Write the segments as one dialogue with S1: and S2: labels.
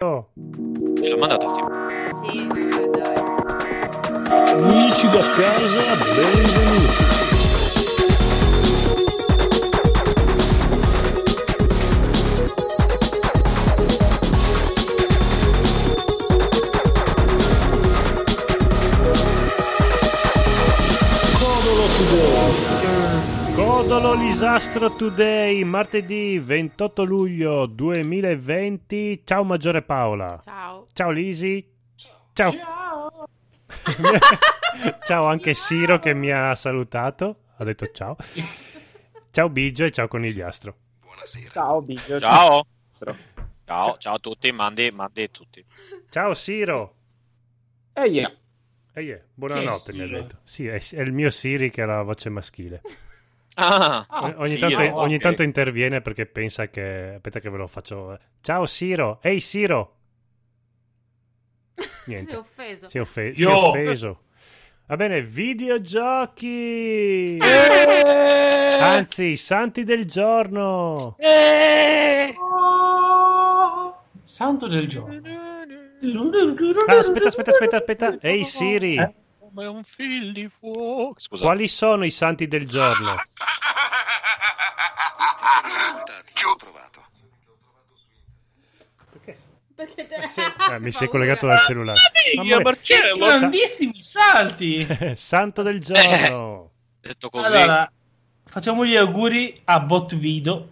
S1: vero?
S2: Me l'ha mandata sì.
S3: Sì, eh, dai.
S4: Amici da casa, benvenuti.
S1: Codolo Today. Codolo Lisastro Today, martedì 28 luglio 2020. Ciao Maggiore Paola.
S3: Ciao.
S1: Ciao Lisi. Ciao. Ciao anche Siro che mi ha salutato. Ha detto ciao. Ciao Biggio e ciao Conigliastro.
S5: Ciao Biggio.
S2: Ciao.
S5: Ciao.
S2: Ciao, ciao a tutti, mandi, mandi a tutti.
S1: Ciao Siro.
S5: E io.
S1: E yeah, buonanotte
S5: Che
S1: mi ha
S5: Siro?
S1: detto. Sì, è, è il mio Siri che ha la voce maschile. Eh,
S2: Ah,
S5: Ah,
S1: ogni,
S2: Siro,
S1: tanto, ogni
S2: ok.
S1: tanto interviene perché pensa che... Aspetta che ve lo faccio... eh. Ciao Siro. Ehi Siro.
S3: Si è
S1: Niente.
S3: offeso.
S1: Si è, offe- si è
S2: Io.
S1: offeso. Va bene, videogiochi.
S5: Eh,
S1: Anzi, i santi del giorno.
S6: Santo del giorno.
S1: Ah, aspetta, aspetta, aspetta, aspetta. Ehi Siri,
S6: Eh?
S2: Come un fil di fuoco. Scusa.
S1: quali sono i santi del giorno?
S7: Questi sono i risultati. Ci ho provato.
S3: Perché te...
S1: Eh, mi si è
S3: Paura.
S1: collegato dal cellulare.
S6: Io,
S1: Amore,
S6: Marcello,
S1: Sa- eh,
S6: grandissimi salti.
S1: Santo del giorno.
S2: Detto così.
S6: Allora, facciamo gli auguri a Botvido,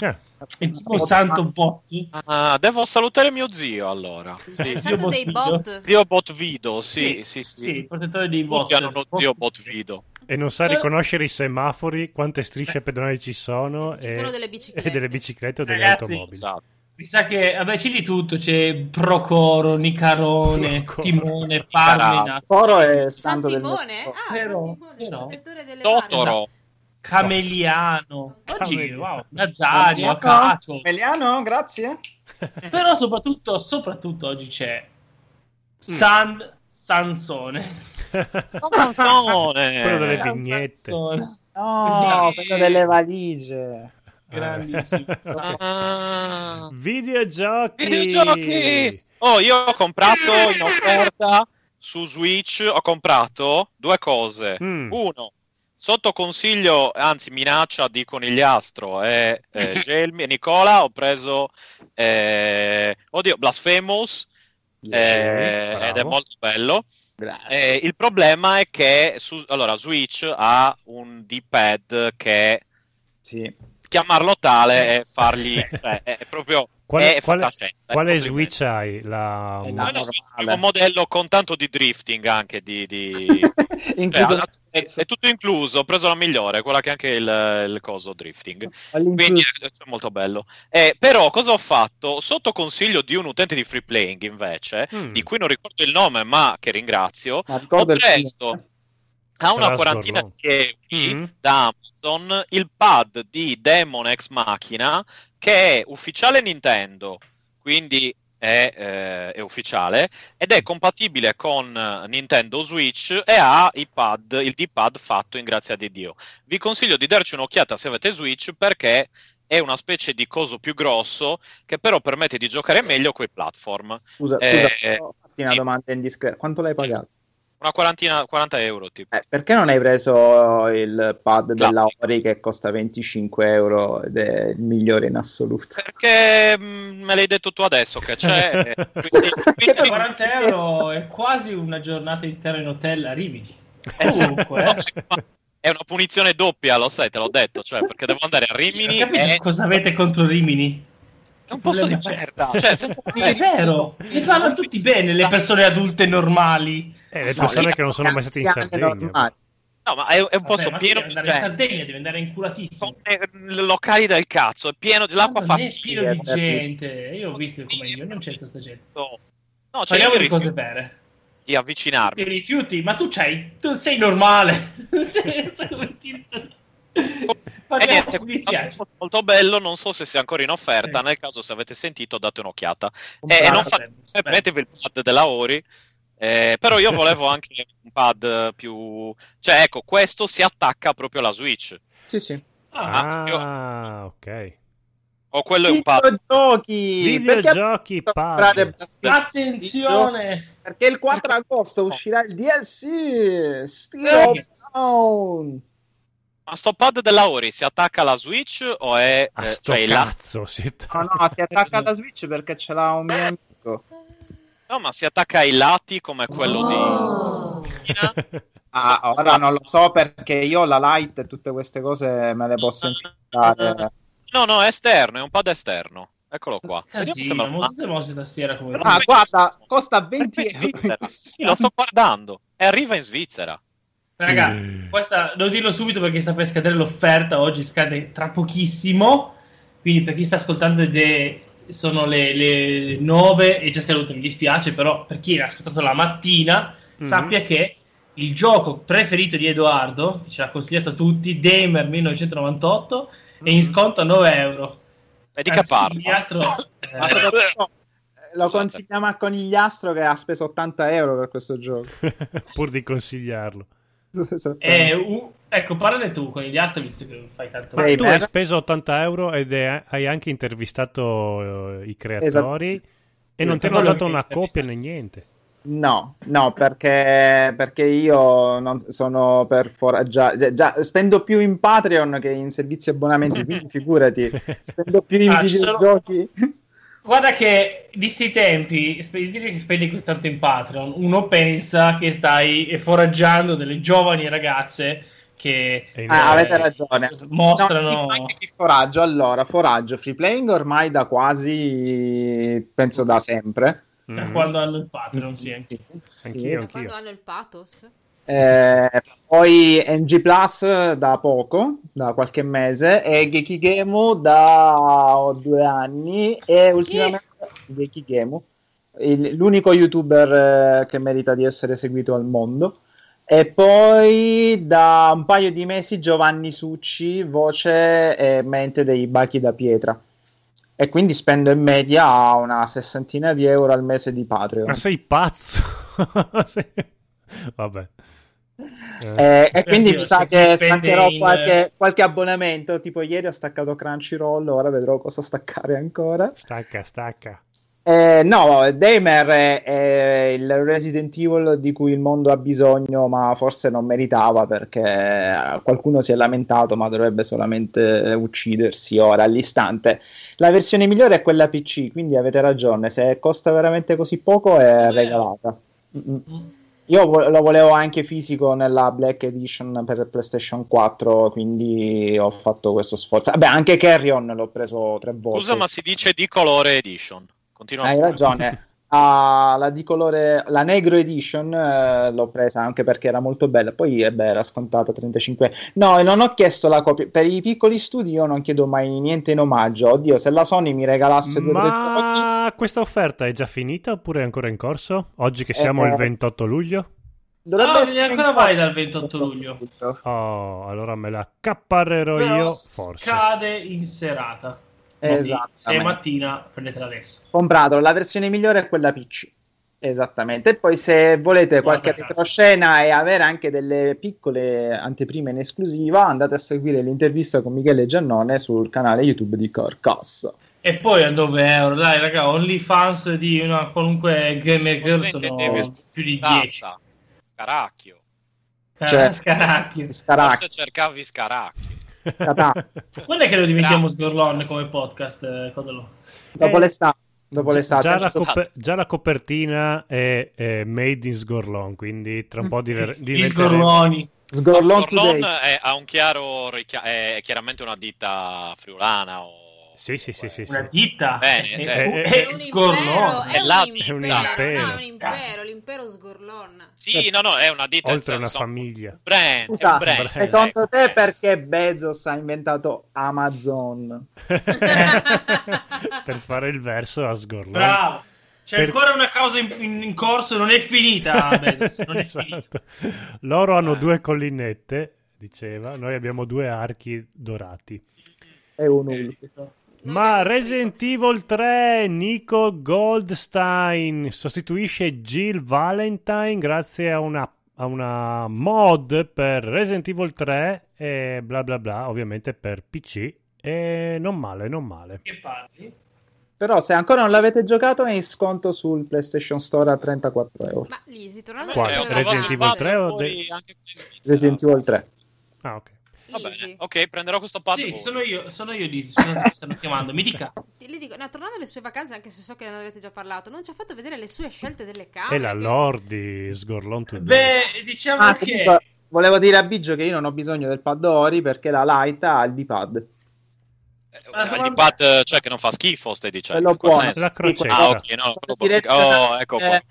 S1: Eh,
S6: il primo santo Botti.
S2: Ah, devo salutare mio zio allora. Sì.
S3: È stato dei bot.
S2: Zio Botvido, sì, sì, sì.
S6: Sì, il protettore dei
S2: Tutti
S6: bot.
S2: hanno uno zio Botvido.
S1: e non
S3: Eh.
S1: sa riconoscere i semafori, quante strisce pedonali ci sono
S3: E se Eh. ci
S1: e,
S3: sono eh, delle biciclette.
S1: e delle biciclette o delle
S6: Ragazzi,
S1: automobili.
S2: Esatto.
S6: Mi sa che, vabbè, c'è di tutto. C'è Procoro, Nicarone,
S1: Procoro.
S6: Timone, Parmina,
S5: Coro
S3: San
S5: è santo del
S3: Timone? Ah,
S6: Vero,
S3: San Timone,
S6: vero.
S3: protettore delle barche.
S2: Totoro.
S6: Cameliano. Oggi,
S1: Cameliano.
S6: wow, Nazario,
S5: Ecco.
S6: Acacio.
S5: Emiliano, grazie.
S6: Però soprattutto, soprattutto oggi c'è
S1: Mm.
S6: San Sansone.
S2: Sansone.
S1: Quello delle
S6: San
S1: vignette.
S6: Sansone.
S5: No,
S6: Sì.
S5: quello delle valigie.
S6: Grandissimo.
S2: Ah.
S1: Videogiochi.
S2: Videogiochi! Oh, io ho comprato in offerta su Switch, ho comprato due cose.
S1: Mm.
S2: Uno, sotto consiglio, anzi minaccia di Conigliastro e eh, Gelmi e Nicola, ho preso, eh, oddio, Blasphemous, eh,
S1: bravo.
S2: ed è molto bello. Eh, il problema è che su, allora, Switch ha un D-pad che
S5: Sì.
S2: chiamarlo tale e fargli... cioè, è proprio...
S1: Quale,
S2: è
S1: quale,
S2: fantascienza, è
S6: Ecco,
S1: quale
S2: proprio
S1: Switch hai?
S6: eh,
S1: La...
S5: È
S2: No,
S5: la-
S2: no,
S5: normale.
S2: è un modello con tanto di drifting anche di, di-
S5: Incluso
S2: Eh,
S5: nel
S2: è,
S5: prezzo.
S2: è tutto incluso ho preso la migliore quella che ha anche il, il coso drifting
S5: Ho l'incluso.
S2: quindi è, è molto bello Eh, però cosa ho fatto sotto consiglio di un utente di free playing invece
S1: Mm.
S2: di cui non ricordo il nome ma che ringrazio
S5: Ma ricordo
S2: ho
S5: il film.
S2: preso a
S1: Sarà
S2: una quarantina
S1: Zorro.
S2: di euro
S1: Mm.
S2: da Amazon il pad di Demon Ex Machina che è ufficiale Nintendo, quindi è, eh, è ufficiale ed è compatibile con eh, Nintendo Switch e ha i pad, il D-pad fatto in grazia di Dio. Vi consiglio di darci un'occhiata se avete Switch perché è una specie di coso più grosso che però permette di giocare meglio coi platform.
S5: Scusa,
S2: Eh,
S5: scusa, però, fatti una
S2: sì.
S5: domanda indiscreta. Quanto l'hai pagato?
S2: Una quarantina, 40 euro tipo.
S5: Eh, perché non hai preso il pad della
S2: Classico.
S5: Ori che costa 25 euro ed è il migliore in assoluto?
S2: Perché mh, me l'hai detto tu adesso che c'è. eh, quindi,
S5: Che
S2: quindi-
S6: 40 euro è quasi una giornata intera in hotel a Rimini. Comunque, eh.
S2: è una punizione doppia, lo sai, te l'ho detto. Cioè, perché devo andare a Rimini eh?
S6: Capite
S2: e
S6: cosa avete contro Rimini?
S2: è un posto di
S6: ecco, problema.
S2: merda. Cioè, senza
S6: È vero, ne parlano tutti bene le persone adulte normali.
S1: Eh, le persone
S5: No,
S1: che non sono mai state in
S5: anziane
S1: Sardegna.
S5: normali.
S2: No, ma è, è un posto
S6: Vabbè, ma
S2: pieno
S6: sì,
S2: di
S6: andare in
S2: gente.
S6: Sardegna deve andare inculatissimo.
S2: Sono eh, locali del cazzo, è pieno di l'acqua
S6: Ma
S2: fa
S6: non è
S2: schifo.
S6: pieno di
S5: schifo, eh,
S6: gente. Io ho visto come io, non c'entra sta gente.
S2: No, cioè, io
S6: Parliamo
S2: mi
S6: di cose
S2: rifiuto
S6: vere.
S2: di avvicinarmi.
S6: Ti rifiuti, ma tu c'hai, tu sei normale. Sei- sai come ti-
S2: E
S6: Parliamo,
S2: Eh, niente,
S6: mi
S2: questo è
S6: dispiace.
S2: molto bello, non so se sia ancora in offerta,
S6: Sì.
S2: nel caso se avete sentito date un'occhiata.
S6: Comprate,
S2: Eh, non fate-
S6: beh,
S2: Mettevi il pad della Ori, eh, però io volevo anche un pad più... Cioè, ecco, questo si attacca proprio alla Switch.
S5: Sì, sì.
S6: ah,
S2: Ah,
S1: Ah, ok.
S2: O quello è un pad.
S5: Videogiochi!
S1: Videogiochi
S5: Perché-
S1: pad.
S6: Attenzione!
S5: Perché il 4 agosto uscirà il DLC Steel
S2: Eh.
S5: of Dawn.
S2: Ma sto pad della Ori si attacca alla Switch o è...
S1: Ah,
S2: eh,
S1: sto
S2: cioè, la-
S1: cazzo, si
S5: Ma no, si attacca alla Switch perché ce l'ha
S2: Eh.
S5: un mio amico.
S2: No, ma si attacca ai lati come quello
S6: Oh,
S2: di...
S5: Ah, ora non lo so perché io la light e tutte queste cose me le posso
S2: Eh.
S5: infiltrare.
S2: No, no, è esterno, è un pad esterno. Eccolo qua. Vediamo se me
S6: Casino,
S2: lo-
S6: mosse mosse tastiera come...
S5: Ah, guarda, costa
S2: Perché
S5: 20
S2: in
S5: euro.
S2: Svizzera? Sì, lo sto guardando. E arriva in Svizzera.
S6: Raga, questa, devo dirlo subito perché sta per scadere l'offerta, oggi scade tra pochissimo, quindi per chi sta ascoltando ed è- sono le, le 9 e già scaduto, mi dispiace, però per chi l'ha ascoltato la mattina
S1: Mhm.
S6: sappia che il gioco preferito di Edoardo, che ce l'ha consigliato a tutti, Damer 1998, è
S1: Mhm.
S6: in sconto a 9 euro.
S2: E di che
S6: Anzi,
S2: parla?
S6: Gliastro, eh,
S5: Ma soprattutto, eh, Lo consigliamo a Conigliastro che ha speso 80 euro per questo gioco.
S1: Pur di consigliarlo.
S2: Eh,
S6: è un- ecco, parlane tu con Gliastro, visto che fai tanto...
S1: Ma
S5: Dei
S1: tu
S5: mer-
S1: hai speso 80 euro ed è- hai anche intervistato eh, i creatori e non ti hanno dato una copia né niente.
S5: No, no, perché, perché io non sono per foraggiare. Già, spendo più in Patreon che in servizi e abbonamenti, quindi figurati. Spendo più in
S6: Ah, ci sono-
S5: videogiochi.
S6: Guarda che di sti tempi, spe- dire che spendi questo tanto in Patreon, uno pensa che stai foraggiando delle giovani ragazze che
S1: E invece-
S5: Ah, avete ragione.
S6: mostrano...
S5: No, anche chi foraggio. Allora, foraggio free playing ormai da quasi, penso da sempre.
S6: da
S1: Mm.
S6: quando hanno il Patreon, sì.
S1: Anch'io,
S3: Da quando
S1: anch'io.
S3: hanno il pathos?
S5: Eh, poi NG Plus da poco, da qualche mese, e Gekigemu da due anni, e ultimamente Gekigemu, il- l'unico youtuber eh, che merita di essere seguito al mondo. E poi da un paio di mesi Giovanni Succi, voce e mente dei Bachi da Pietra. E quindi spendo in media una sessantina di euro al mese di Patreon.
S1: Ma sei pazzo! Sei- Vabbè. Eh,
S5: Eh, e quindi
S6: Oddio,
S5: mi
S6: se
S5: sa
S6: si
S5: che
S6: spende
S5: staccherò
S6: in-
S5: qualche, qualche abbonamento. Tipo, ieri ho staccato Crunchyroll, ora vedrò cosa staccare ancora.
S1: Stacca, stacca.
S5: Eh, no, Damer è, è il Resident Evil di cui il mondo ha bisogno, ma forse non meritava perché eh, qualcuno si è lamentato, ma dovrebbe solamente eh, uccidersi ora all'istante. La versione migliore è quella PC, quindi avete ragione. Se costa veramente così poco, è
S6: Eh.
S5: regalata. Mm, Mm-mm.
S6: Mm.
S5: Io vo- lo volevo anche fisico nella Black Edition per PlayStation 4, quindi ho fatto questo sforzo. Vabbè, anche Carrion l'ho preso tre volte.
S2: Scusa, ma si dice di colore edition. Continua.
S5: Hai ragione. Ah, la di colore, la Negro Edition eh, l'ho presa anche perché era molto bella. Poi eh, beh, era scontata 35. No, e non ho chiesto la copia. Per i piccoli studi io non chiedo mai niente in omaggio. Oddio, se la Sony mi regalasse due o tre giochi-
S1: Ma questa offerta è già finita oppure è ancora in corso? Oggi che siamo
S5: Eh,
S1: il 28 luglio?
S5: dovrebbe
S6: Ah,
S5: essere
S6: ancora
S5: in-
S6: vai dal 28 luglio.
S1: Oh, allora me la accaparrerò
S6: Però
S1: io, forse.
S6: scade in serata. Quindi,
S5: Esatto.
S6: Se è mattina, prendetela adesso.
S5: comprato. La versione migliore è quella PC. Esattamente. E poi se volete qualche
S6: Guarda caso.
S5: retroscena e avere anche delle piccole anteprime in esclusiva, andate a seguire l'intervista con Michele Giannone sul canale YouTube di Corcos.
S6: E poi a 9 euro, dai raga, OnlyFans di una qualunque gamer girl sono più di Ah, 10.
S2: Caracchio.
S6: Car-
S5: Cioè-
S6: scaracchio.
S5: Staracchi,
S2: Forse cercavi Scaracchio.
S5: Catà,
S6: Quando è che lo
S2: Ah.
S6: diventiamo sgorlone come podcast? eh, Codolo?
S5: dopo
S1: Eh,
S5: l'estate. Dopo
S1: Già,
S5: l'estate.
S1: già la
S2: certo.
S1: coper- già la copertina è, è made in Sgorlon, quindi tra un po' diver-
S6: Gli
S1: diventeremo...
S6: sgorloni.
S5: Sgorlon
S2: Orlon
S5: Today.
S2: è, ha un chiaro ricchia- è chiaramente una ditta friulana o
S1: Sì, sì, sì, sì, sì.
S6: Una ditta.
S2: Bene,
S6: Eh,
S2: eh,
S6: eh,
S1: eh,
S6: eh,
S3: È un impero,
S6: sgorlone.
S2: Eh,
S3: è un
S2: là-
S1: è un
S3: impero, no, è un
S6: impero.
S3: impero, l'impero sgorlona.
S2: Sì, no, no, è una ditta
S1: Oltre
S2: nel
S1: una
S2: senso,
S1: famiglia.
S2: un brand, è
S5: Scusa,
S2: un brand.
S5: Esatto, secondo
S2: Ecco.
S5: te perché Bezos ha inventato Amazon?
S1: per fare il verso a Sgorlon.
S6: Bravo. C'è
S1: Per-
S6: ancora una causa in, in- in corso, non è finita. Bezos, non è finita.
S1: Esatto. Loro hanno
S2: Ah.
S1: due collinette, diceva, noi abbiamo due archi dorati.
S5: È un unico.
S3: Non
S1: Ma
S3: abbiamo
S1: Resident
S3: capito.
S1: Evil 3, Nico Goldstein sostituisce Jill Valentine grazie a una, a una mod per Resident Evil 3 e bla bla bla, ovviamente per PC Eh, non male, non male.
S6: Che parli?
S5: Però se ancora non l'avete giocato è in sconto sul PlayStation Store a 34 euro.
S3: Ma lì si torna
S1: Qua,
S2: Eh, ho
S1: Resident
S2: trovato
S1: Evil
S2: un
S1: 3
S2: pad
S1: o
S2: fuori
S1: de-
S2: anche qui in Svizzera.
S5: Resident Evil 3.
S1: Ah, ok.
S2: Va bene, ok, prenderò questo pad.
S6: Sì,
S2: voi.
S6: sono io, sono io Lisi, sono che stanno chiamando, mi dica.
S3: Lì dico, no, tornando alle sue vacanze, anche se so che ne avete già parlato, non ci ha fatto vedere le sue scelte delle camere.
S1: E la
S3: che-
S1: Lordi Sgorlon to death.
S6: Beh, diciamo
S5: Ah,
S6: che...
S5: comunque, volevo dire a Biggio che io non ho bisogno del pad Ori perché la Light ha il D-pad.
S2: Eh,
S6: Ma
S2: eh,
S6: domanda-
S2: il pad eh, cioè che non fa schifo, stai dicendo.
S5: Quello
S2: in quel
S5: buono.
S2: senso.
S1: La crocetta.
S2: Cioè, Ah, ok, no, quello buono. Oh, ecco qua.
S5: Eh,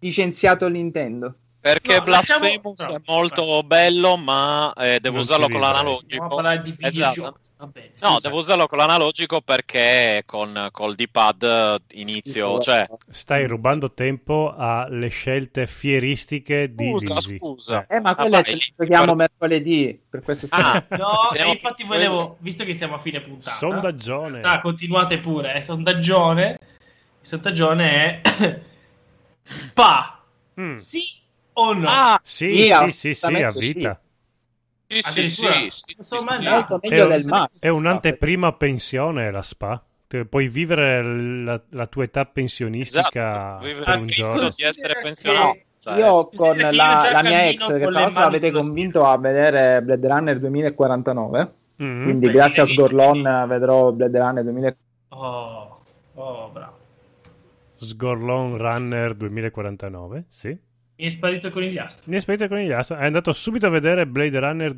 S5: licenziato Nintendo.
S2: Perché
S6: No,
S2: Blasphemous
S6: lasciamo-
S2: è molto bello, ma eh, devo
S1: Non
S2: usarlo
S1: ci
S2: con
S1: vivrei.
S2: l'analogico.
S6: Andiamo a parlare di videogiochi.
S2: Esatto.
S6: Va bene, sì,
S2: No,
S6: sì.
S2: devo usarlo con l'analogico perché con col D-pad eh, inizio,
S5: Schifo.
S2: cioè
S1: Stai rubando tempo alle scelte fieristiche di
S2: Scusa,
S1: Lisi.
S2: scusa.
S1: Eh,
S5: Eh, ma
S2: Ah,
S5: quelle
S2: vai,
S5: ce le
S2: lì,
S5: giochiamo
S2: guarda.
S5: mercoledì. Per questo stiamo-
S2: Ah,
S6: No, e
S2: Andiamo-
S6: infatti volevo, visto che siamo a fine puntata,
S1: sondaggione.
S6: Ah, continuate pure, eh, sondaggione. Il sondaggione è Spa,
S1: Mm.
S6: sì o no?
S2: Ah,
S1: Sì, sì,
S5: Sì,
S1: sì, sì, a
S5: assolutamente sì.
S1: vita.
S2: sì, sì,
S6: Addirittura,
S2: sì, sì,
S6: non sono
S2: sì,
S6: mai
S2: sì.
S6: andato.
S5: Molto meglio
S1: È un-
S5: del Max.
S1: È un'anteprima pensione la spa. Te- Puoi vivere la, la tua età pensionistica
S2: Esatto, vivere
S1: per
S2: il
S1: un
S2: rischio
S1: giorno.
S2: di essere
S6: Considera
S2: pensionato.
S6: che
S2: Cioè,
S5: Io con
S6: Considera che io
S5: la,
S6: già
S5: la mia
S6: cammino
S5: ex, che
S6: con le
S5: tra l'altro
S6: mani
S5: l'avete
S6: sullo
S5: convinto a vedere Blade Runner 2049.
S1: Mm.
S5: Quindi
S6: Beh,
S5: grazie a
S6: hai visto,
S5: Sgorlon
S6: quindi-
S5: vedrò Blade Runner 2049.
S6: Oh, oh, bravo.
S1: Sgorlon Runner 2049, sì.
S6: Mi è sparito con il conigliastro.
S1: Mi aspetta con gli astro. È andato subito a vedere Blade Runner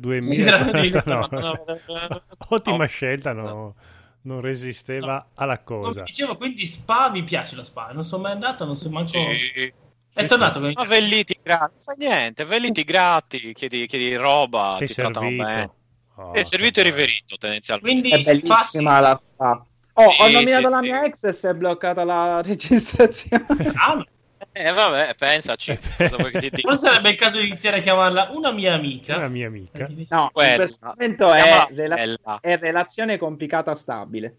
S1: 2049.
S2: Oh.
S1: Ottima scelta, no? Non resisteva alla cosa.
S6: Come dicevo, quindi Spa mi piace la Spa. Non sono mai andato, non sono manco...
S2: Sì.
S6: È
S1: sì.
S6: tornato con il
S2: Ma velliti gratis, non fa niente, velliti gratis, chiedi, chiedi roba,
S1: Sei
S2: Ah, ti trattano bene.
S1: servito. Oh,
S2: È servito e
S1: che
S2: riverito tendenzialmente.
S6: Quindi
S5: È
S6: Spa sì.
S5: bellissima la spa. Oh, ho
S2: Sì,
S5: nominato
S2: sì,
S5: la
S2: sì.
S5: mia ex e si è bloccata la registrazione.
S6: Ah,
S2: Eh vabbè, pensaci. Cosa vuoi che ti dica?
S6: forse sarebbe il caso di iniziare a chiamarla una mia
S1: bello. Una
S6: amica.
S1: mia amica.
S5: No,
S2: Quella.
S5: in questo momento è,
S2: Chiamala
S5: rela-
S2: Bella.
S5: è relazione complicata stabile.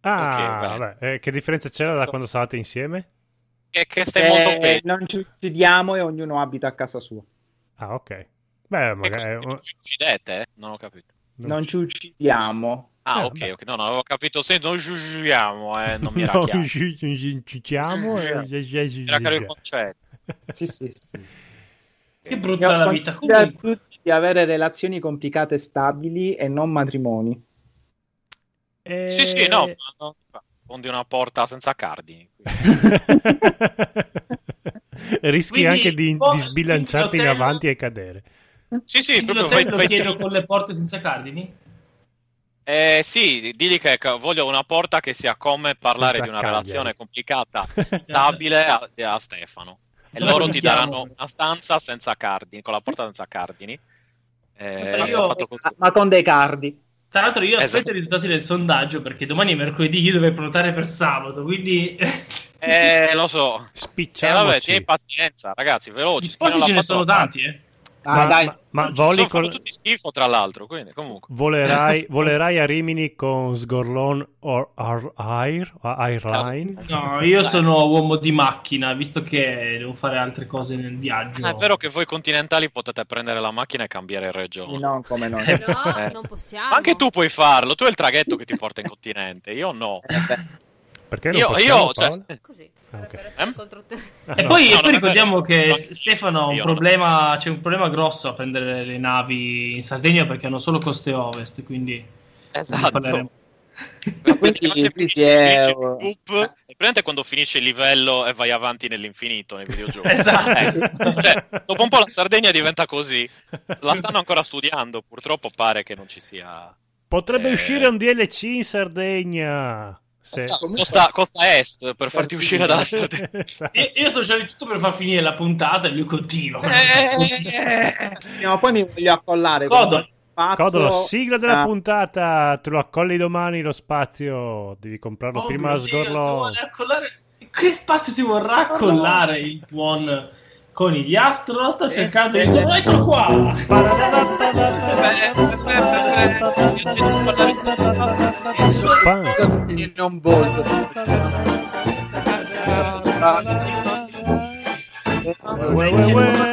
S1: Ah,
S2: Ok, vai.
S1: vabbè. Eh, che differenza c'era
S2: Certo.
S1: da quando stavate insieme?
S2: Che, che stai molto
S5: Eh,
S2: bene.
S5: non ci uccidiamo e ognuno abita a casa sua.
S1: Ah, ok. Beh,
S2: Che cosa-
S1: magari... eh, oh.
S2: che ci uccidete? eh? Non ho capito.
S5: Non ci uccidiamo.
S2: Ah,
S1: Eh,
S2: ok,
S1: vabbè.
S2: ok. No, non avevo capito. Se non giugiamo, eh, non mi era
S1: No,
S2: chiaro. Mi
S1: ci- ci- ci- ci chiamo e-
S2: era chiaro il concetto.
S5: Sì, sì, sì.
S6: Che
S5: Io
S6: brutta la vita.
S5: consiglio a
S6: Comunque,
S5: tutti di avere relazioni complicate stabili e non matrimoni.
S1: Eh,
S2: Sì, sì, no. ma non- Fondi una porta senza cardini.
S1: Rischi
S6: Quindi,
S1: anche di,
S6: po-
S1: di sbilanciarti in
S6: quindi l'hotel-
S1: avanti e cadere.
S2: Sì, sì,
S6: quindi
S2: proprio
S6: l'hotel
S2: vai,
S6: lo
S2: vai-
S6: chiedo con le porte senza cardini?
S2: Eh, sì, digli che che voglio una porta che sia come parlare
S1: Senza
S2: di una
S1: cagliari.
S2: relazione complicata, stabile a, a Stefano. E
S6: Dove
S2: loro
S6: lo
S2: ti
S6: chiamo?
S2: daranno una stanza senza cardini, con la porta senza cardini. Eh,
S6: Io-
S2: ho fatto così.
S5: Ma- Ma con dei cardi.
S6: Tra l'altro io aspetto
S2: Esatto.
S6: i risultati del sondaggio perché domani è mercoledì, io dovrei prenotare per sabato, quindi...
S2: Eh, lo so. Cioè, vabbè,
S1: Spicciamoci.
S2: tieni pazienza, ragazzi, veloci.
S6: Di posti
S2: schiena
S6: ce
S2: Oh, la
S6: ne sono
S2: patata.
S6: tanti, eh.
S5: Ah,
S1: ma,
S5: dai.
S1: ma- ma
S6: Ci
S1: voli
S2: Sono
S1: con-
S2: fatto tutti schifo, tra l'altro, quindi comunque.
S1: volerai, volerai a Rimini con Sgorlon o Ar- Air? Airline?
S6: No, io
S2: Beh,
S6: sono uomo di macchina, visto che devo fare altre cose nel viaggio.
S2: Ah, È vero che voi continentali potete prendere la macchina e cambiare regione.
S5: No, come no.
S6: Eh,
S3: No,
S2: Eh.
S3: non possiamo.
S2: Ma anche tu puoi farlo, tu hai il traghetto che ti porta in continente, io no.
S1: Perché Eh, non
S2: Io,
S1: possiamo,
S2: io, cioè,
S1: Paola?
S3: Così.
S1: Ok.
S3: Dovrebbero essere
S2: Eh?
S3: contro te.
S1: Ah,
S6: E
S1: no.
S2: No,
S6: poi, e poi
S2: non è
S6: ricordiamo
S2: vero.
S6: che
S2: No,
S6: Stefano ha un
S2: io non-
S6: problema, c'è un problema grosso a prendere le navi in Sardegna perché hanno solo coste ovest, quindi... ne
S2: esatto.
S6: parleremo.
S5: Quindi,
S2: Praticamente
S5: qui si
S2: finisci-
S5: è-
S2: finisci il loop, e praticamente quando finisce il livello e vai avanti nell'infinito nei videogiochi.
S6: Esatto.
S2: Eh, cioè, dopo un po' la Sardegna diventa così. La stanno ancora studiando, purtroppo pare che non ci sia...
S1: Potrebbe
S2: Eh.
S1: uscire un DLC in Sardegna. Se...
S5: Esatto.
S2: Costa, costa Est per farti uscire dalla Sardegna.
S1: Esatto.
S6: E- io sto facendo di tutto per far finire la puntata e lui continua.
S2: Eh,
S6: Eh,
S5: Prima o poi mi voglio accollare. con
S6: Codolo.
S5: pazzo.
S1: Codolo, sigla della
S5: Ah,
S1: puntata. Te lo accolli domani lo spazio. Devi comprarlo
S6: Oh
S1: prima
S6: mio
S1: a
S6: Dio, si
S1: Sgorlon.
S6: vuole accollare- Che spazio si vorrà collare il buon conigliastro? Sta cercando di...
S5: eh.
S6: Ecco qua!
S1: Suspense.
S5: io Non voglio. Eh,
S1: Uè, uè, uè.